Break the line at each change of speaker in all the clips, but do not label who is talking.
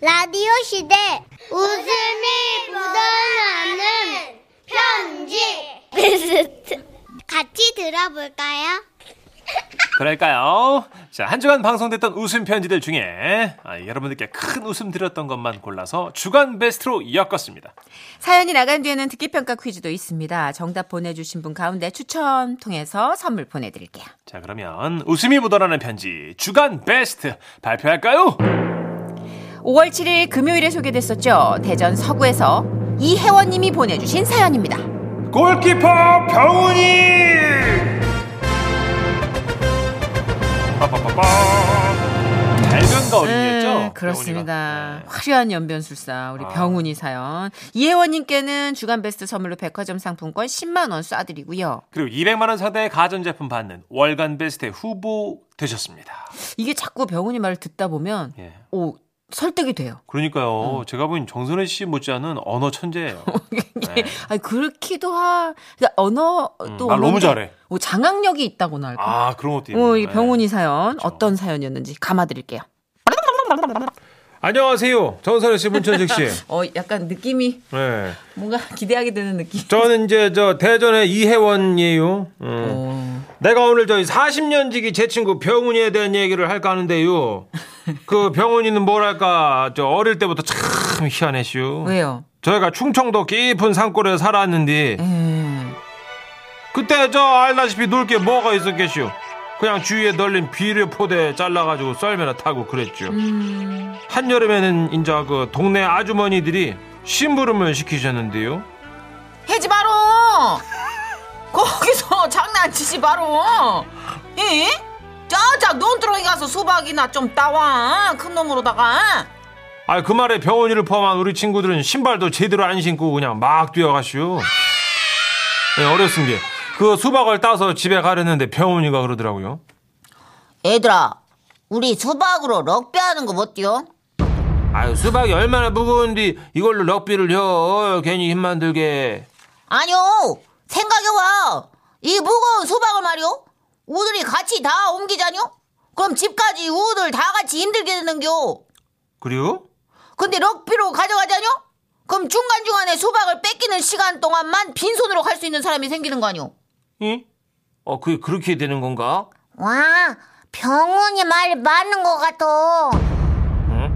라디오 시대 웃음이 묻어나는 편지 같이 들어볼까요?
그럴까요? 자, 한 주간 방송됐던 웃음 편지들 중에 아, 여러분들께 큰 웃음 드렸던 것만 골라서 주간 베스트로 엮었습니다.
사연이 나간 뒤에는 듣기평가 퀴즈도 있습니다. 정답 보내주신 분 가운데 추첨 통해서 선물 보내드릴게요.
자, 그러면 웃음이 묻어나는 편지 주간 베스트 발표할까요?
5월 7일 금요일에 소개됐었죠. 대전 서구에서 이혜원님이 보내주신 사연입니다.
골키퍼 병훈이! 빠빠빠빠. 발견가 네. 아. 어린이였죠?
네, 그렇습니다. 화려한 연변술사 우리 병훈이 사연. 이혜원님께는 주간 베스트 선물로 백화점 상품권 10만 원 쏴드리고요.
그리고 200만 원 상당의 가전제품 받는 월간 베스트 후보 되셨습니다.
이게 자꾸 병훈이 말을 듣다 보면
예.
오 설득이 돼요. 음.
그러니까요. 제가 보기엔 정선혜 씨 못지않은 언어 천재예요. 네.
아니 그렇기도 하. 그러니까 언어 또
음, 말 너무
언어인데
잘해.
오, 장악력이 있다고나 할까.
아 그런 것도 있네요.
어,
오, 어, 이
네.
병훈이 사연 어떤 사연이었는지 감아드릴게요.
네. 안녕하세요. 정선혜 씨, 문천식 씨.
어 약간 느낌이
네.
뭔가 기대하게 되는 느낌.
저는 이제 저 대전의 이혜원이에요.
어.
음.
어.
내가 오늘 저희 40년 지기 제 친구 병훈이에 대한 얘기를 할까 하는데요. 그 병훈이는 뭐랄까 저 어릴 때부터 참 희한했슈.
왜요?
저희가 충청도 깊은 산골에 살았는데
음,
그때 저 알다시피 놀 게 뭐가 있었겠슈. 그냥 주위에 널린 비료 포대 잘라가지고 썰매나 타고 그랬죠. 한여름에는 이제 그 동네 아주머니들이 심부름을 시키셨는데요.
해지 바로 거기서 장난치지 바로. 예? 자자 논두렁이 가서 수박이나 좀 따와 큰 놈으로다가.
아 그 말에 병원이를 포함한 우리 친구들은 신발도 제대로 안 신고 그냥 막 뛰어가시오. 네, 어렸습니다. 그 수박을 따서 집에 가려는데 병원이가 그러더라고요.
얘들아, 우리 수박으로 럭비하는 거 못디요?
아유 수박이 얼마나 무거운데 이걸로 럭비를 혀 괜히 힘만 들게.
아니요, 생각해봐. 이 무거운 수박을 말이요. 우들이 같이 다 옮기자뇨? 그럼 집까지 우들 다 같이 힘들게 되는겨.
그리고
근데 럭비로 가져가자뇨? 그럼 중간중간에 수박을 뺏기는 시간 동안만 빈손으로 갈 수 있는 사람이 생기는 거 아니오?
응? 어 그게 그렇게 되는 건가?
와, 병훈이 말이 맞는 것 같아.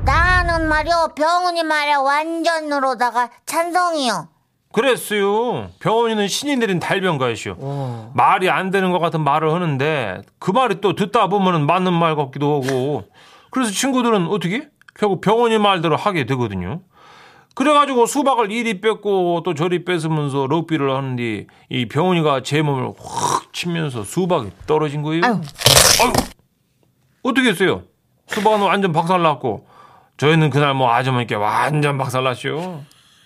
나는 말이요, 병훈이 말에 완전으로다가 찬성이요.
그랬어요. 병원이는 신이 내린
어.
달변가이시오. 말이 안 되는 것 같은 말을 하는데 그 말이 또 듣다 보면은 맞는 말 같기도 하고. 그래서 친구들은 어떻게? 결국 병원이 말대로 하게 되거든요. 그래가지고 수박을 이리 뺏고 또 저리 뺏으면서 럭비를 하는데 이 병원이가 제 몸을 확 치면서 수박이 떨어진 거예요.
아유.
아유. 어떻게 했어요? 수박은 완전 박살났고 저희는 그날 뭐 아주머니께 완전 박살났죠.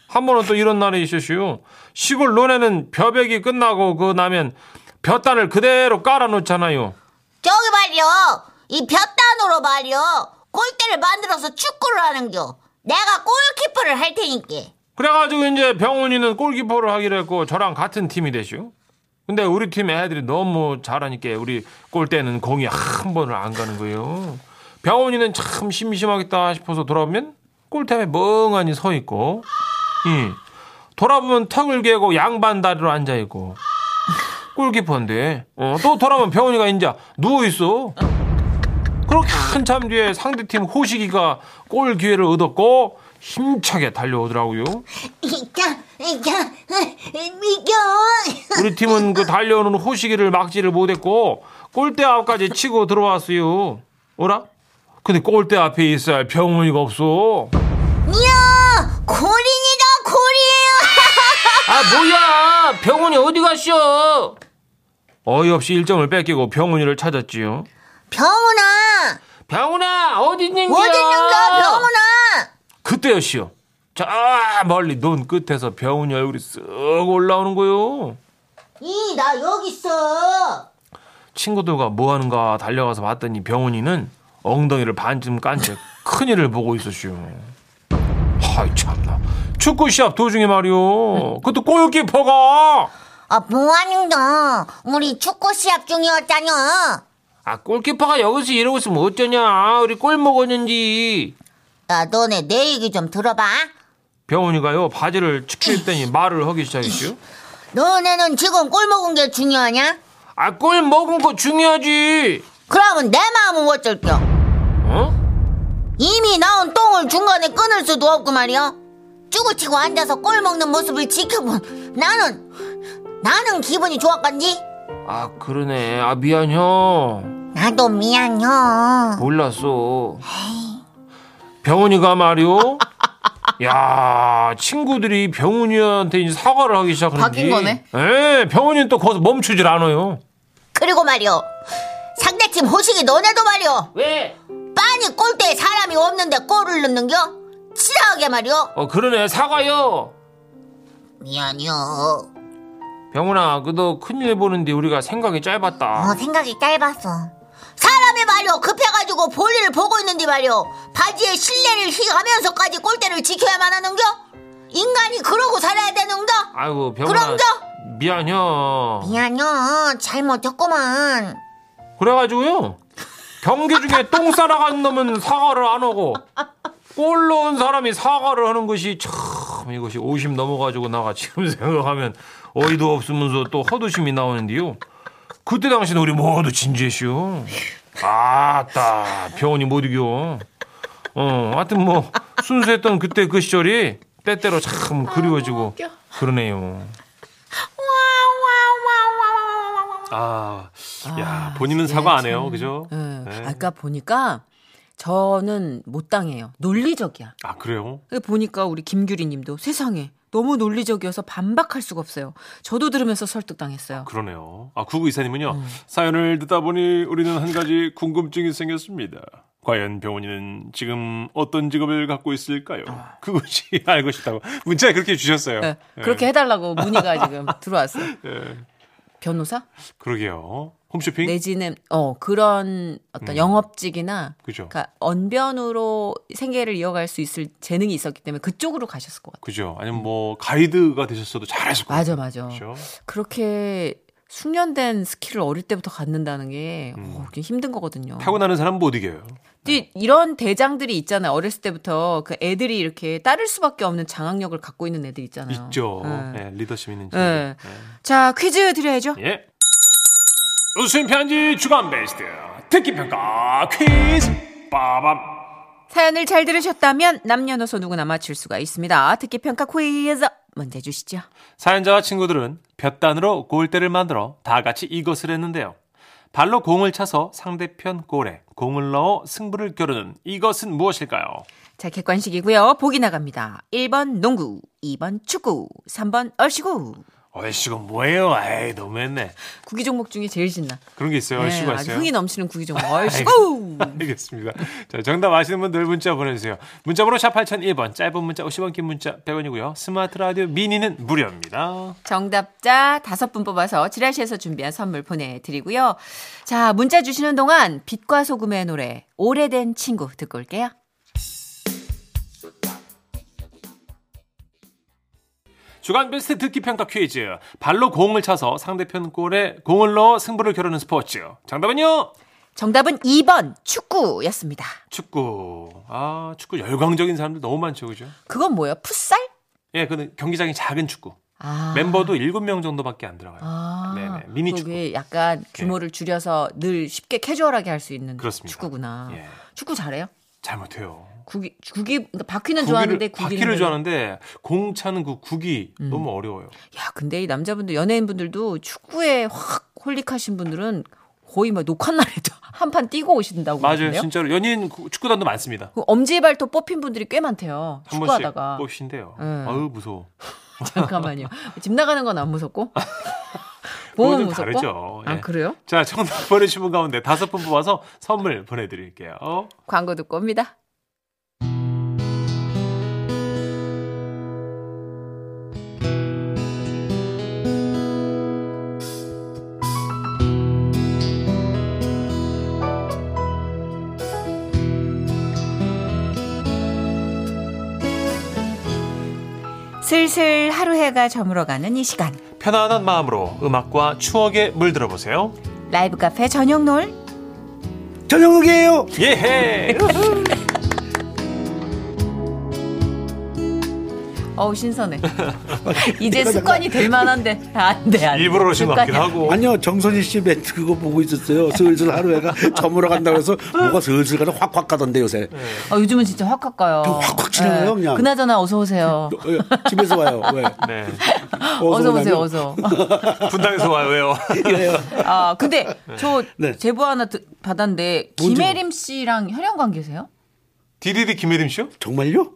한 번은 또 이런 날이 있었슈. 시골 논에는 벼백이 끝나고 그 나면 벼단을 그대로 깔아놓잖아요.
저기 말이요. 이 볕단으로 말이요. 골대를 만들어서 축구를 하는겨. 내가 골키퍼를 할 테니까.
그래가지고 이제 병훈이는 골키퍼를 하기로 했고 저랑 같은 팀이 되슈. 근데 우리 팀 애들이 너무 잘하니까 우리 골대는 공이 한 번을 안 가는 거예요. 병훈이는 참 심심하겠다 싶어서 돌아오면 골대에 멍하니 서 있고, 예. 돌아보면 턱을 개고 양반 다리로 앉아 있고. 골키퍼인데 어, 또 돌아오면 병훈이가 이제 누워 있어. 그렇게 한참 뒤에 상대팀 호식이가 골 기회를 얻었고 힘차게 달려오더라고요.
이겨, 이겨, 이겨.
우리 팀은 그 달려오는 호시기를 막지를 못했고 골대 앞까지 치고 들어왔어요. 어라? 근데 골대 앞에 있어야 할 병훈이가 없어.
이야, 골인이다, 골이에요.
아 뭐야? 병훈이 어디 갔어? 어이없이 일정을 뺏기고 병훈이를 찾았지요.
병훈아.
병훈아 어디 있는겨?
어디 있는가, 병훈아.
그때였시요. 저 멀리 논 끝에서 병훈이 얼굴이 쓱 올라오는 거요.
이, 나 여기 있어.
친구들과 뭐 하는가 달려가서 봤더니 병훈이는 엉덩이를 반쯤 깐 채 큰일을 보고 있었슈. 하이 참나. 축구 시합 도중에 말이요. 그것도 골키퍼가.
아, 뭐하는가. 우리 축구 시합 중이었잖여.
아 골키퍼가 여기서 이러고 있으면 어쩌냐. 우리 골 먹었는지.
야, 너네 내 얘기 좀 들어봐.
병원이가요 바지를 축출했더니 말을 하기 시작했죠.
너네는 지금 꿀 먹은 게 중요하냐?
아꿀 먹은 거 중요하지.
그러면 내 마음은 어쩔 겨?
어?
이미 나온 똥을 중간에 끊을 수도 없고 말이야. 쭈구치고 앉아서 꿀 먹는 모습을 지켜본 나는 나는 기분이 좋았건지
아 그러네. 아 미안 형.
나도 미안해.
몰랐어. 병원이가 말이요. 야 친구들이 병훈이한테 이제 사과를 하기 시작하는데
바뀐 거네.
예, 병훈이는 또 거기서 멈추질 않아요.
그리고 말이야 상대팀 호식이 너네도 말이야
왜?
빤히 골대에 사람이 없는데 골을 넣는겨? 치사하게 말이야
어 그러네 사과요.
미안해요.
병훈아, 그너 큰일 보는데 우리가 생각이 짧았다.
아.
어, 생각이 짧았어. 사람이 말이오 급해가지고 볼일을 보고 있는데 말이오 바지에 실내를 휘하면서까지 골대를 지켜야만 하는겨? 인간이 그러고 살아야 되는겨?
아이고, 병훈아.
그럼요.
미안혀.
미안요 잘못했구만.
그래가지고요. 경기 중에 똥 싸라간 놈은 사과를 안 하고 골 넣은 사람이 사과를 하는 것이 참 이것이 50 넘어가지고 나가 지금 생각하면 어이도 없으면서 또 허드심이 나오는데요. 그때 당시는 우리 모두 진지했슈. 아따 병원이 못 이겨. 어, 하여튼 뭐 순수했던 그때 그 시절이 때때로 참 그리워지고 그러네요.
아, 야, 본인은 사과 안 해요. 어, 그죠?
응.
네.
음. 예. 아까 보니까 저는 못 당해요. 논리적이야.
아, 그래요?
보니까 우리 김규리 님도 세상에 너무 논리적이어서 반박할 수가 없어요. 저도 들으면서 설득당했어요.
그러네요. 아, 구구 이사님은요.
음.
사연을 듣다 보니 우리는 한 가지 궁금증이 생겼습니다. 과연 병원이는 지금 어떤 직업을 갖고 있을까요? 그것이 알고 싶다고 문자에 그렇게 주셨어요.
아. 네,
예.
그렇게 해달라고 문의가 지금 들어왔어. 요
예.
변호사?
그러게요. 홈쇼핑?
내지는 어 그런 어떤 영업직이나
음. 그죠.
그러니까 언변으로 생계를 이어갈 수 있을 재능이 있었기 때문에 그쪽으로 가셨을 것 같아요.
그죠. 아니면 뭐 가이드가 되셨어도 잘하실 거예요.
맞아 맞아.
그죠.
그렇게 숙련된 스킬을 어릴 때부터 갖는다는 게 어, 그게 힘든 거거든요.
음. 타고나는 사람 못 이겨요.
근데 이런 대장들이 있잖아요. 어렸을 때부터 그 애들이 이렇게 따를 수밖에 없는 장악력을 갖고 있는 애들 있잖아요.
있죠.
예.
예, 리더십 있는 네. 친구.
예. 자 퀴즈 드려야죠.
예. 웃음 편지 주간 베스트 특기 평가 퀴즈 빠밤.
사연을 잘 들으셨다면 남녀노소 누구나 맞출 수가 있습니다. 특히 평가 퀴즈 문제 주시죠.
사연자와 친구들은 볕단으로 골대를 만들어 다 같이 이것을 했는데요. 발로 공을 차서 상대편 골에 공을 넣어 승부를 겨루는 이것은 무엇일까요?
자, 객관식이고요. 보기 나갑니다. 1번 농구, 2번 축구, 3번 얼씨구.
얼씨구 뭐예요? 에이 너무했네.
구기 종목 중에 제일 신나.
그런 게 있어요.
네,
얼씨구가
아주
있어요.
흥이 넘치는 구기 종목 얼씨구.
알겠습니다. 자, 정답 아시는 분들 문자 보내주세요. 문자번호 샵 8001번, 짧은 문자 50원, 긴 문자 100원이고요. 스마트 라디오 미니는 무료입니다.
정답자 다섯 분 뽑아서 지라시에서 준비한 선물 보내드리고요. 자, 문자 주시는 동안 빛과 소금의 노래 오래된 친구 듣고 올게요.
주간 베스트 듣기 평가 퀴즈. 발로 공을 차서 상대편 골에 공을 넣어 승부를 겨루는 스포츠. 정답은요?
정답은 2번 축구였습니다.
축구. 아, 축구 열광적인 사람들 너무 많죠, 그죠?
그건 뭐예요? 풋살?
예, 그 경기장이 작은 축구.
아.
멤버도 7명 정도밖에 안 들어가요.
아,
네. 네네, 미니 축구. 네.
그게 약간 규모를 줄여서 늘 쉽게 캐주얼하게 할 수 있는
그렇습니다.
축구구나.
예.
축구 잘해요?
잘못해요.
구기, 구기, 그러니까 바퀴는 좋아하는데 음.
구기를,
구기는.
바퀴를
별로-
좋아하는데 공 차는 그 구기 너무 어려워요.
야, 근데 이 남자분들, 연예인분들도 축구에 확 홀릭하신 분들은 거의 막 녹화 날에도 한 판 뛰고 오신다고.
맞아요,
그러던데요?
진짜로. 연예인 구- 축구단도 많습니다.
그 엄지발톱 뽑힌 분들이 꽤 많대요.
한 번씩
축구하다가. 음.
뽑신대요.
응.
아유 무서워.
잠깐만요. 집 나가는 건 안 무섭고?
그건
몸은
좀
무섭고?
다르죠.
아,
예.
그래요?
자 정답 보내주신 분 가운데 다섯 분 뽑아서 선물 보내드릴게요.
광고 듣고 옵니다. 슬슬 하루 해가 저물어가는 이 시간
편안한 마음으로 음악과 추억에 물들어 보세요.
라이브 카페 저녁 놀
저녁이에요. 예해.
어우 신선해. 이제 습관이 될 만한데 안돼 안돼.
일부러 오신 것 같기도 하고.
아니요, 정선희 씨 멘트 그거 보고 있었어요. 슬슬 하루 애가 저물어 간다 그래서 뭐가 슬슬 가다 확확 가던데 요새.
아, 요즘은 진짜 확 가까요. 네.
확확 지나가요, 그냥.
그나저나 어서 오세요.
어, 예, 집에서 와요. 왜?
네.
어서 오세요.
오냐고?
어서.
분당에서 와요, 왜요?
이래요.
아 근데 저
네.
제보 하나 드- 받았는데
뭔지
김혜림 씨랑 혈연 관계세요?
디디디 김혜림 씨요?
정말요?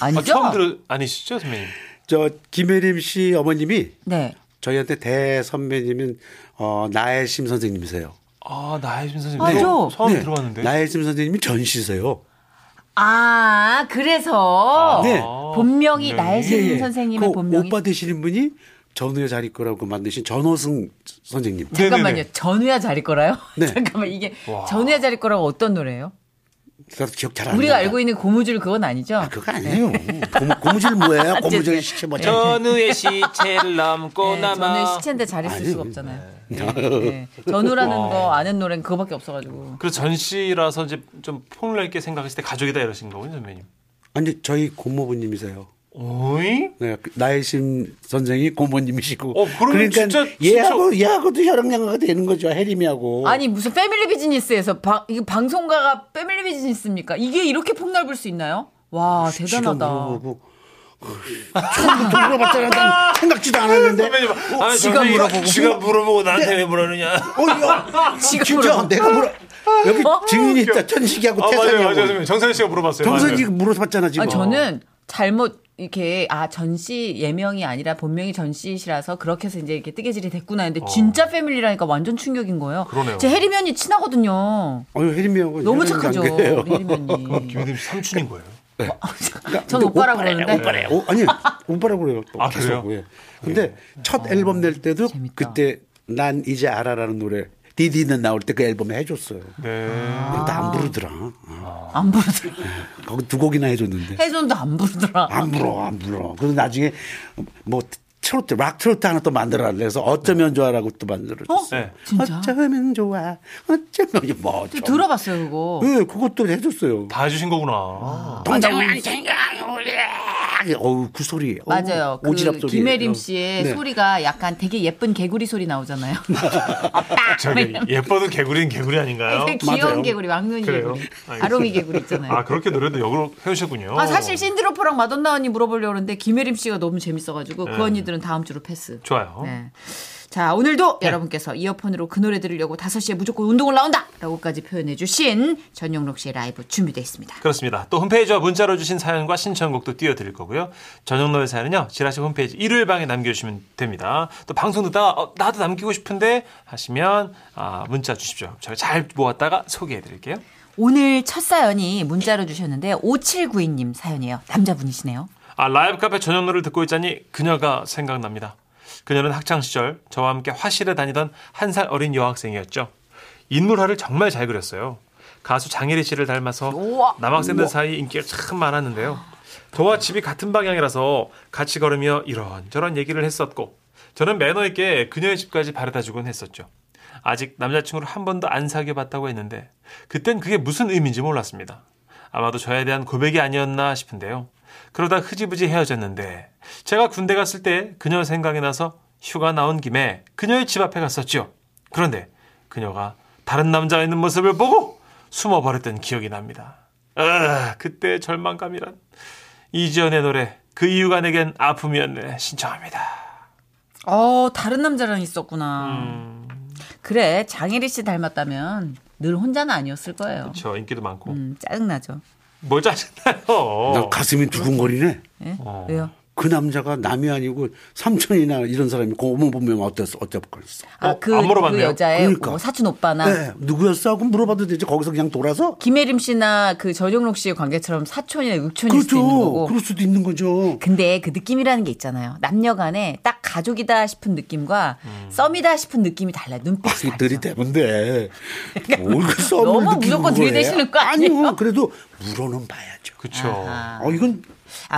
아,
아니죠?
처음 들어 아니시죠, 선배님?
저 김혜림 씨 어머님이
네.
저희한테 대 선배님인 어, 나혜심 선생님이세요.
아, 나혜진 선생님.
맞아.
처음- 처음
네.
들어봤는데.
나혜심 선생님이 전시세요.
아 그래서
네.
본명이
네.
나혜진
예, 예.
선생님의
그
본명이
오빠 되시는 분이 전우의 자리 거라고 그 만드신 전호승 선생님.
네.
잠깐만요.
네네네.
전우야 자릴 거라요?
네.
잠깐만 이게
와.
전우야 자릴 거라고 어떤 노래예요?
저도 기억 잘안
우리가
나요.
알고 있는 고무줄 그건 아니죠?
아, 그거 아니에요. 고무, 고무줄
아,
뭐예요? 고무줄 시체 뭐 참.
전우의 시체를 남고
네,
남아.
저는 시체인데 잘했을
아니요.
수가 없잖아요. 네. 전우라는 거 아는 노래는 그거밖에 없어가지고.
그래서 전시라서 이제 좀 폭넓게 생각했을 때 가족이다 이러신 거군요, 선배님.
아니 저희 고모부님이세요.
오이?
네, 그 나혜심 선생이 고모님이시고. 그러니까
어, 그러면 진짜-
얘하고 얘하고도 혈액양화가 되는 거죠. 해림이하고.
아니 무슨 패밀리 비즈니스에서 방, 이거 방송가가 패밀리 비즈니스입니까? 이게 이렇게 폭넓을 수 있나요?
아,
와
지가
대단하다.
물어보고. 처음부터 물어봤잖아. 난 생각지도 않았는데.
네, 선배님, 아니,
지가
선생님,
물어보고.
지가 물어보고 나한테 왜 물어느냐?
어, 야,
지가
진짜
물어보-
내가 물어. 여기
어?
증인이 있다. 천식이하고
아, 맞아요, 맞아요,
태산이하고.
선생님. 정선희 씨가 물어봤어요.
정선이
맞아요.
물어봤잖아 지금.
아, 저는 잘못 이렇게 아 전씨 예명이 아니라 본명이 전씨시라서 그렇게 해서 이제 이렇게 뜨개질이 됐구나
어.
했는데 진짜 패밀리라니까 완전 충격인 거예요.
그러네요.
제 해리면이 친하거든요.
어, 혜림이하고
너무
혈액
착하죠.
관계예요.
해리면이.
김혜림 씨 삼촌인 거예요.
전 오빠라고 그러는데.
그러니까 오, 아니 오빠라고 그래요. 또
아,
계속.
그래요?
예. 근데 첫 앨범 낼 때도
재밌다.
그때 난 이제 알아라는 노래 디디는 나올 때 그 앨범에 해줬어요.
네.
나 안 부르더라. 어,
안 부르더라.
거기 두 곡이나 해줬는데
해전도 안 부르더라.
안 불어 안 불어. 그래서 나중에 뭐 트로트 락 트로트 하나 또 만들어 그래서 어쩌면 좋아라고 또 만들어
어?
줬어요.
진짜?
어쩌면 좋아 어쩌면 뭐 좀.
들어봤어요 그거.
예, 그것도 해줬어요.
다 해주신
아.
거구나.
동장만 생각해. 어우 그 소리. 어우,
맞아요. 그
오지랖 소리.
김혜림
어.
씨의
네.
소리가 약간 되게 예쁜 개구리 소리 나오잖아요.
아, 저기 예뻐도 개구리는 개구리 아닌가요?
되게 귀여운
맞아요.
개구리, 왕눈이
그래요?
개구리,
알겠습니다.
아롱이 개구리 있잖아요.
아 어.
아,
그렇게 노래도 역으로 해오셨군요.
사실 신드로퍼랑 마돈나 언니 물어보려고 그러는데 김혜림 씨가 너무 재밌어가지고 그 언니들은 다음 주로 패스.
네. 좋아요.
네. 자 오늘도
네.
여러분께서 이어폰으로 그 노래 들으려고 5시에 무조건 운동을 나온다 라고까지 표현해 주신 전용록 씨의 라이브 준비되어 있습니다.
그렇습니다. 또 홈페이지와 문자로 주신 사연과 신청곡도 띄워드릴 거고요. 전용노의 사연은요. 지라시 홈페이지 일요일 방에 남겨주시면 됩니다. 또 방송 듣다가 어, 나도 남기고 싶은데 하시면 아, 문자 주십시오. 제가 잘 모았다가 소개해드릴게요.
오늘 첫 사연이 문자로 주셨는데 5792님 사연이에요. 남자분이시네요.
아, 라이브 카페 전현노를 듣고 있자니 그녀가 생각납니다. 그녀는 학창 시절 저와 함께 화실에 다니던 한 살 어린 여학생이었죠. 인물화를 정말 잘 그렸어요. 가수 장혜리 씨를 닮아서
우와.
남학생들 사이 인기가 참 많았는데요. 저와 집이 같은 방향이라서 같이 걸으며 이런저런 얘기를 했었고 저는 매너 있게 그녀의 집까지 바래다주곤 했었죠. 아직 남자친구를 한 번도 안 사귀어 봤다고 했는데 그땐 그게 무슨 의미인지 몰랐습니다. 아마도 저에 대한 고백이 아니었나 싶은데요. 그러다 흐지부지 헤어졌는데 제가 군대 갔을 때 그녀 생각이 나서 휴가 나온 김에 그녀의 집 앞에 갔었죠. 그런데 그녀가 다른 남자 있는 모습을 보고 숨어버렸던 기억이 납니다. 아, 그때 절망감이란 이지연의 노래 그 이유가 내겐 아픔이었네 신청합니다.
어, 다른 남자랑 있었구나.
음.
그래, 장혜리 씨 닮았다면 늘 혼자는 아니었을 거예요.
저 인기도 많고
음, 짜증나죠.
뭘 짜증나요?
난 가슴이 두근거리네.
예? 왜요?
그 남자가 남이 아니고 삼촌이나 이런 사람이 고모 보면 어땠어? 어땠겠어?
아,
어,
그,
안 물어봤네요.
그 여자의
그러니까.
뭐 사촌 오빠나
네, 누구였어? 하고 물어봐도 되지. 거기서 그냥 돌아서?
김혜림 씨나 그 전용록 씨의 관계처럼 사촌이나 육촌일 수도 있는
그렇죠.
거고.
그럴 수도 있는 거죠.
근데 그 느낌이라는 게 있잖아요. 남녀 간에 딱 가족이다 싶은 느낌과
음.
썸이다 싶은 느낌이 달라요. 눈빛이 다르죠.
자식들이 대본데. 뭘그 썸을
너무
느끼고
무조건
그걸 해?
들이대시는 거 아니에요?
아니요. 그래도 물어는 봐야죠.
그쵸.
어, 이건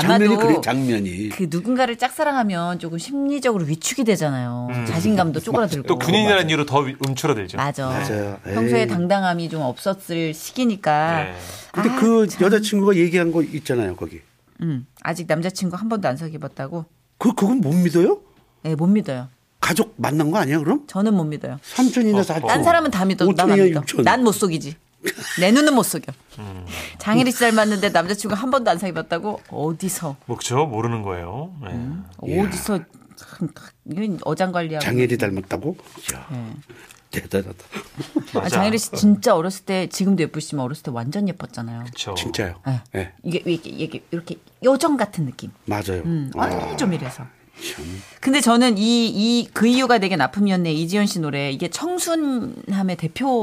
장면이 그래, 장면이.
그 누군가를 짝사랑하면 조금 심리적으로 위축이 되잖아요.
음. 뭐
자신감도 쪼그라들고.
또 군인이라는 이유로 더 움츠러들죠.
맞아.
맞아요. 에이.
평소에 당당함이 좀 없었을 시기니까.
네.
아,
근데 그 여자친구가 얘기한 거 있잖아요, 거기.
음, 아직 남자친구 한 번도 안 사귀어봤다고?
그 그건 못 믿어요?
네, 못 믿어요.
가족 만난 거 아니야 그럼?
저는 못 믿어요.
삼촌이나 사촌.
딴 사람은 다 믿어. 난 안
오촌이나
믿어.
육촌.
난 못 속이지. 내 눈은 못 속여. 장일이 씨 닮았는데 남자친구 한 번도 안 사귀었다고? 어디서?
뭐, 그죠? 모르는 거예요. 예.
어디서? 참, 이건 어장관리하고.
장애리 닮았다고? 이야
예.
대단하다.
아, 장일이 씨 진짜 어렸을 때 지금도 예쁘시지만 어렸을 때 완전 예뻤잖아요.
그쵸.
진짜요. 예
네. 이게 왜 이렇게, 이게 이렇게 요정 같은 느낌.
맞아요.
음,
아,
아니 좀 이래서. 근데 저는 이 이 그 이유가 되게 나쁨이었네 이지현 씨 노래 이게 청순함의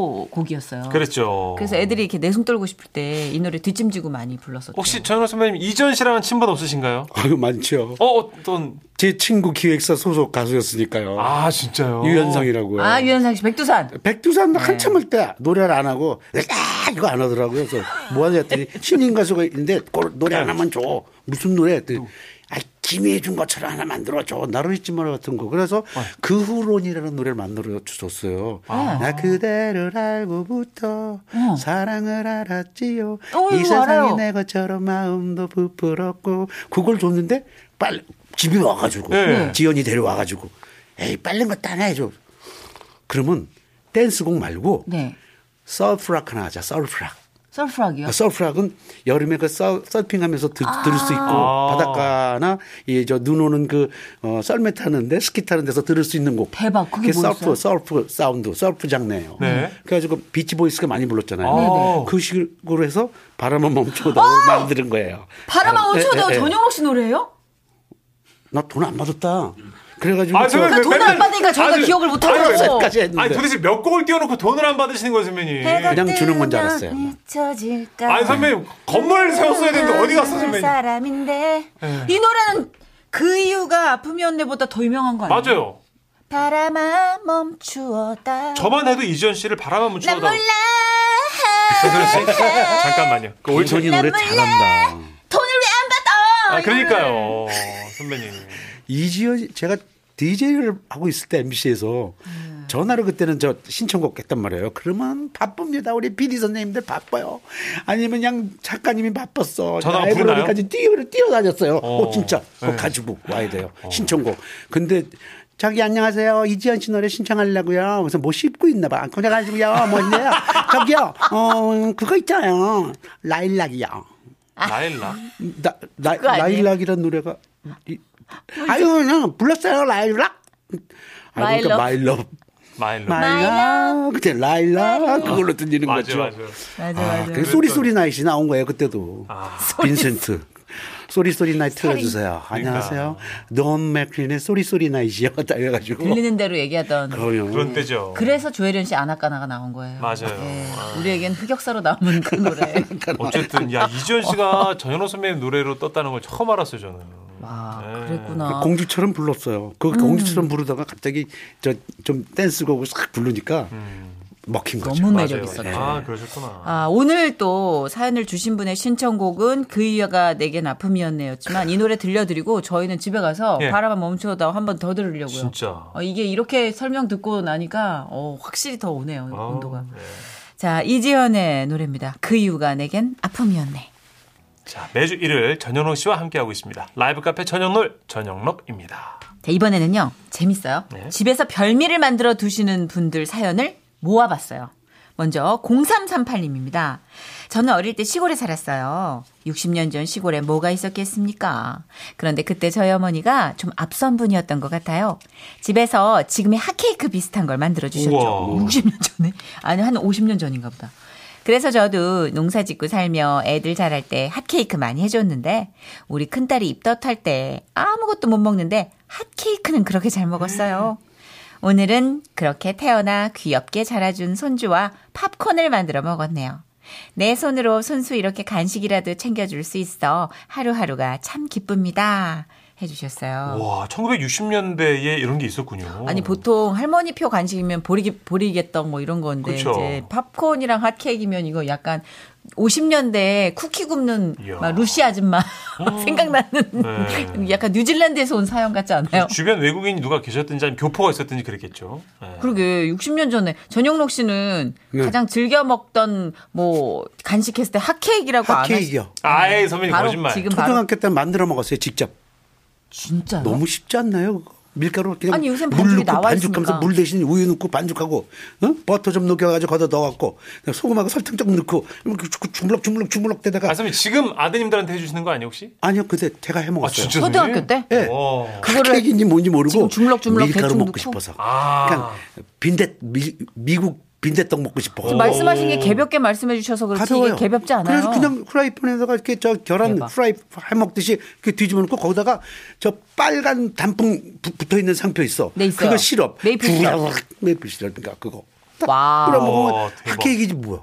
대표곡이었어요.
그랬죠.
그래서 애들이 이렇게 내숭 떨고 싶을 때 이 노래 뒷짐지고 많이 불렀었죠.
혹시 전호 선배님 이전 씨랑은 친분 없으신가요?
아유 많죠.
어, 어떤.
제 친구 기획사 소속 가수였으니까요.
아, 진짜요?
유현상이라고요.
아 유현상 씨 백두산. 네.
백두산 한참 할 때 노래를 안 하고 아 이거 안 하더라고요. 그래서 뭐 하냐 했더니 신인 가수가 있는데 꼴- 노래
네.
하나만 줘. 무슨 노래
어.
했더니 아 김희애 준 것처럼 하나 만들어 줘. 나를 잊지 마라 같은 거. 그래서
어.
그 후론이라는 노래를 만들어 주셨어요.
아.
나 그대를 알고부터 사랑을 알았지요.
어,
이
이거
세상이
알아요.
내 것처럼 마음도 부풀었고 그걸 줬는데 빨리 집에 와가지고
네.
지연이 데려와가지고 에이 빨른 거 따나 해줘. 그러면 댄스곡 말고
네.
서프락 하나 하자. 서프락.
썰프락이요.
아, 서프락은 여름에 그 서, 서핑하면서 들- 들을 수 있고 바닷가나 이 저 눈 오는 그 어, 썰매 타는데 스키 타는 데서 들을 수 있는 곡.
대박, 그게 뭐였어요?
서프 서프 사운드 서프 장르예요.
네.
그래가지고 비치 보이스가 많이 불렀잖아요.
네네.
그 식으로 해서 바람은 멈춰다를 만드는 거예요.
아! 바람아
예,
오초도
예, 예.
전영록 씨 노래예요?
나 돈 안 받았다. 그래가지고
아,
저
저는
그러니까
네.
돈을 안 받으니까 저희가
아니,
기억을 못 하는 거죠.
까지 했는데
아니, 도대체 몇 곡을 띄워놓고 돈을 안 받으시는 거예요, 선배님?
그냥 주는 건 줄 알았어요.
아니, 선배님, 건물 세웠어야 되는데 어디
음,
갔어, 선배님? 예.
사람인데 이 노래는 그 이유가 아픔이었네보다 더 유명한 거 아니에요?
맞아요.
바람아 멈추었다.
저만 해도 이지현 씨를 바라만 묻혀다.
몰라.
잠깐만요.
아,
그 올-
이선희 노래 잘한다.
돈을 왜 안 받아?
아, 그러니까요, 선배님.
이지현 제가 DJ를 하고 있을 때 MBC에서 전화로 그때는 저 신청곡 했단 말이에요. 그러면 바쁩니다. 우리 PD 선생님들 바빠요. 아니면 양 작가님이 바빴어.
전화가
라이브러리까지 뛰어 뛰어다녔어요.
어.
어, 진짜 그거
네. 어.
가지고 와야 돼요. 신청곡. 근데 자기 안녕하세요. 이지현 씨 노래 신청하려고요. 그래서 뭐 씹고 있나 봐. 그래가지고요. 뭔데요? 저기요. 어 그거 있잖아요. 라일락이요.
라일락.
나, 라, 라일락이란 노래가 뭐 이- 아유 그냥 불렀어요 라일락 아 그러니까 마일럽
마일락.
마일럽 그때 라일락 그걸로 들리는
아, 맞아,
거죠
맞아.
맞아
아,
맞아.
그 소리 소리 나이시 나온 거예요 그때도
아.
빈센트 소리 소리 나이 틀어주세요
그러니까.
안녕하세요 돈 맥퀸의 소리 소리 나이시요 딱 해가지고
들리는 대로 얘기하던.
뭐 그럼요
그런 때죠.
그래서 조혜련 씨 아나까나가 나온 거예요.
맞아요. 아.
우리에겐 흑역사로 남은 그 노래.
어쨌든 야 이지현 씨가 전현호 선배님 노래로 떴다는 걸 처음 알았어요 저는.
와, 아,
네.
그랬구나.
아. 공주처럼 불렀어요 그 공주처럼 부르다가 갑자기 저 좀 댄스곡을 싹 부르니까
음.
먹힌 거죠
너무
맞아요.
매력 있었죠.
아 그러셨구나.
아, 오늘 또 사연을 주신 분의 신청곡은 그 이유가 내겐 아픔이었네였지만 이 노래 들려드리고 저희는 집에 가서
예.
바람아 멈추어다 한 번 더 들으려고요.
진짜.
어, 이게 이렇게 설명 듣고 나니까 어, 확실히 더 오네요.
아,
온도가.
네.
자, 이지연의 노래입니다. 그 이유가 내겐 아픔이었네.
자 매주 일요일 전현호 씨와 함께하고 있습니다. 라이브 카페 전현놀 전영록입니다.
자, 이번에는요. 재밌어요.
네.
집에서 별미를 만들어 두시는 분들 사연을 모아봤어요. 먼저 0338님입니다. 저는 어릴 때 시골에 살았어요. 60년 전 시골에 뭐가 있었겠습니까? 그런데 그때 저희 어머니가 좀 앞선 분이었던 것 같아요. 집에서 지금의 핫케이크 비슷한 걸 만들어 주셨죠.
우와.
60년 전에? 아니, 한 50년 전인가 보다. 그래서 저도 농사 짓고 살며 애들 자랄 때 핫케이크 많이 해줬는데, 우리 큰딸이 입덧할 때 아무것도 못 먹는데, 핫케이크는 그렇게 잘 먹었어요. 오늘은 그렇게 태어나 귀엽게 자라준 손주와 팝콘을 만들어 먹었네요. 내 손으로 손수 이렇게 간식이라도 챙겨줄 수 있어 하루하루가 참 기쁩니다. 해주셨어요.
와, 1960년대에 이런 게 있었군요.
아. 아니 보통 할머니 표 간식이면 보리기 보리겠던 뭐 이런 건데
그쵸.
이제 팝콘이랑 핫케이크면 이거 약간 50년대 쿠키 굽는
이야. 음. 네.
막 루시 아줌마 생각나는 약간 뉴질랜드에서 온 사연 같지 않아요?
주변 외국인이 누가 계셨든지 아니면 교포가 있었든지 그랬겠죠. 예.
그러게 60년 전에 전영록 씨는
네.
가장 즐겨 먹던 뭐 간식했을 때 핫케이크라고 안 하시-
핫케이크요.
아예 선배님
바로
거짓말.
지금 바로
초등학교 때 만들어 먹었어요 직접.
진짜
너무 쉽지 않나요? 그거? 밀가루 그냥
아니, 요새
물
반죽이
넣고
나와
반죽하면서
있으니까.
물 대신 우유 넣고 반죽하고 어? 버터 좀 녹여가지고 걷어 넣어갖고 그냥 소금하고 설탕 좀 넣고 이렇게 주- 주물럭 주물럭 주물럭
아
대다가
선배님 지금 아드님들한테 해주시는 거 아니에요 혹시?
아니요 그때 제가 해 먹었어요.
진짜
초등학교 때?
예.
와.
그거를
케이크인지 뭔지 모르고
지금 주물럭주물럭
밀가루
대충
먹고
넣고?
싶어서.
아.
그러니까 빈대 미, 미국 빈대떡 먹고 싶어.
지금 그 말씀하신 게 개볍게 말씀해 주셔서 그렇지
가벼워요.
이게 개볍지 않아요.
그래서 그냥 후라이팬에다가 이렇게 저 계란
대박.
후라이 해 먹듯이 이렇게 뒤집어 놓고 거기다가 저 빨간 단풍 붙어 있는 상표 있어.
네, 있어요.
그거 시럽.
메이플 시럽.
주르륵 메이플 시럽인가 그거. 딱
와우.
뿌려 먹으면
대박.
핫케이크지 뭐야.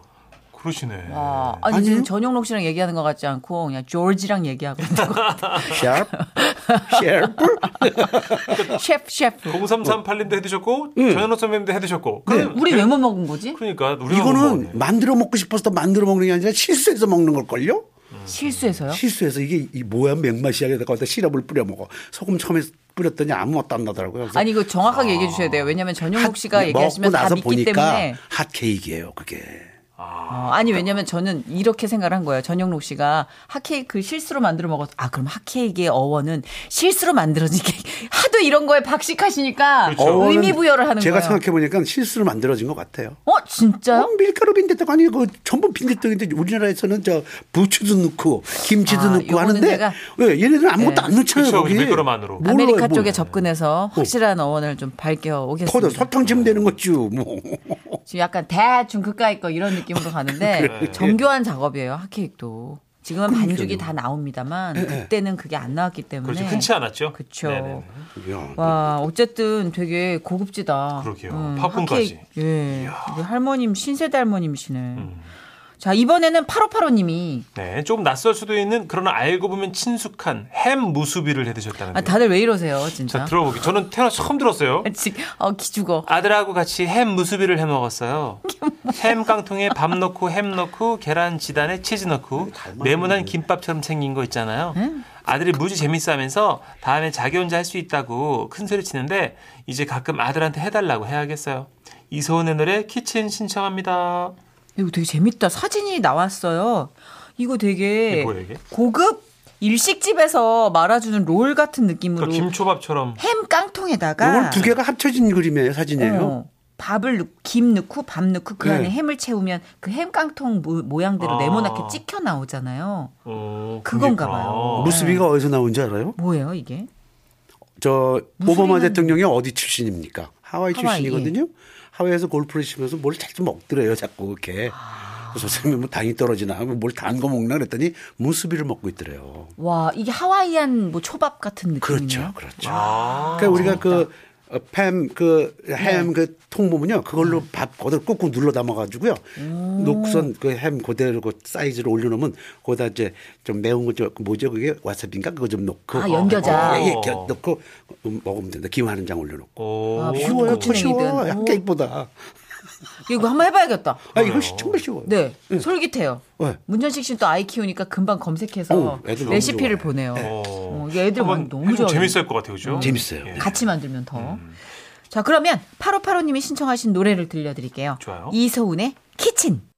그러시네.
아, 아니 지금
아니에요?
전영록 씨랑 얘기하는 것 같지 않고 그냥 조지랑 얘기하고 있는 것 같아.
샤프. 샤프.
셰프 셰프.
0338님도 해드셨고
음.
전현호 선배님도 해드셨고. 그럼-
우리 왜 못 먹은 거지?
그러니까 우리가 못 먹었네.
네. 이거는 만들어 먹고 싶어서 만들어 먹는 게 아니라 실수해서 먹는 걸걸요?
실수해서요?
실수해서 이게 이 뭐야 맥맛이야에다가 거기다 시럽을 뿌려 먹어. 소금 처음에 뿌렸더니 아무것도 안 나더라고요. 그래서
아니 이거 정확하게 얘기해 주셔야 돼요. 왜냐하면 전영록 씨가
핫-
얘기하시면
먹고
다
나서
믿기
보니까
때문에.
핫케이크예요, 그게.
어, 아니 왜냐면 저는 이렇게 생각을 한 거예요. 전영록 씨가 핫케이크 그 실수로 만들어 먹었. 아 그럼 핫케이크의 어원은 실수로 만들어진 게 하도 이런 거에 박식하시니까
그렇죠. 어원은
의미 부여를 하는
제가
거예요.
생각해 보니까 실수로 만들어진 것 같아요.
어 진짜요?
어, 밀가루 빈대떡 아니에요. 그 전부 빈대떡인데 우리나라에서는 저 부추도 넣고 김치도
아,
넣고
요거는
하는데
내가-
왜 얘네들은 아무것도 안 넣잖아요.
그쵸,
거기. 뭐.
밀가루만으로.
몰라요,
아메리카
몰라요.
쪽에 접근해서 확실한 어원을 좀 밝혀
포도
오겠습니다.
설탕 치면 되는 거죠. 뭐.
지금 약간 대충 그까이 거 이런 느낌으로 가는데
그래요.
정교한 작업이에요 핫케이크도 지금은 반죽이 다 나옵니다만 그때는 그게 안 나왔기 때문에
예, 그렇죠. 흔치 않았죠.
네. 그쵸.
네네네.
야,
와 어쨌든 되게 고급지다 음,
그러게요. 팝콘까지.
핫케이크, 예 우리 할머님 신세대 할머님이시네
음.
자 이번에는 8585님이
네, 조금 낯설 수도 있는 그러나 알고 보면 친숙한 햄 무수비를 해드셨다는데.
아, 다들 왜 이러세요
네. 자
진짜
들어보기. 저는 태어나 처음 들었어요.
지금 어 기죽어
아들하고 같이 햄 무수비를 해 먹었어요. 햄 깡통에 밥 넣고 햄 넣고 계란 지단에 치즈
음,
넣고 네모난 김밥처럼 생긴 거 있잖아요.
음.
아들이 무지 재밌어하면서 다음에 자기 혼자 할 수 있다고 큰 소리 치는데 이제 가끔 아들한테 해달라고 해야겠어요. 이소은의 노래 키친 신청합니다.
이거 되게 재밌다. 사진이 나왔어요. 이거 되게
이게 뭐야, 이게?
고급 일식집에서 말아주는 롤 같은 느낌으로
그러니까 김초밥처럼
햄
이걸
깡통에다가
두 개가 합쳐진 그림이에요, 사진이에요.
어, 밥을 넣- 김 넣고 밥 넣고 그
네.
안에 햄을 채우면 그 햄 깡통 모- 모양대로
아.
네모나게 찍혀 나오잖아요.
어,
그건가
그러니까.
봐요.
무스비가 어디서 나온지 알아요?
뭐예요 이게?
저 오바마 대통령이 어디 출신입니까? 하와이
하와이,
출신이거든요. 하와이에서 골프를 치면서 뭘 자꾸 먹더래요, 자꾸 이렇게. 그래서 선생님 뭐 당이 떨어지나 하면 뭘 단 거 먹나 그랬더니 무스비를 먹고 있더래요.
와 이게 하와이안 뭐 초밥 같은 느낌이네요.
그렇죠, 그렇죠.
아.
그러니까 우리가 그 어, 팸, 그, 햄, 그, 통 보면요. 그걸로 밥, 그대로 꾹꾹 눌러 담아가지고요. 녹선 그 햄 그대로 그 사이즈를 올려놓으면 거기다 이제 좀 매운 거, 좀, 뭐죠? 그게 와사비인가? 그거 좀 넣고.
아, 연겨자.
예, 예, 겨- 넣고 음, 먹으면 된다. 김 한 장 올려놓고.
오.
아, 무슨
쉬워요. 더
고추냉이든. 뭐.
쉬워.
오.
핫케이크보다.
이거 한번 해봐야겠다.
아, 이거 시- 정말 쉬워요.
네, 솔깃해요.
네.
문전식 씨또 아이 키우니까 금방 검색해서
오, 애들 너무
레시피를
좋아해. 네.
보내요.
어.
어, 이게 애들
한번
너무
해보면
좋아요.
재밌을 것 같아요, 그죠?
음. 재밌어요.
예. 음.
같이 만들면 더. 자, 그러면 8585님이 신청하신 노래를 들려드릴게요.
좋아요.
이소은의 키친.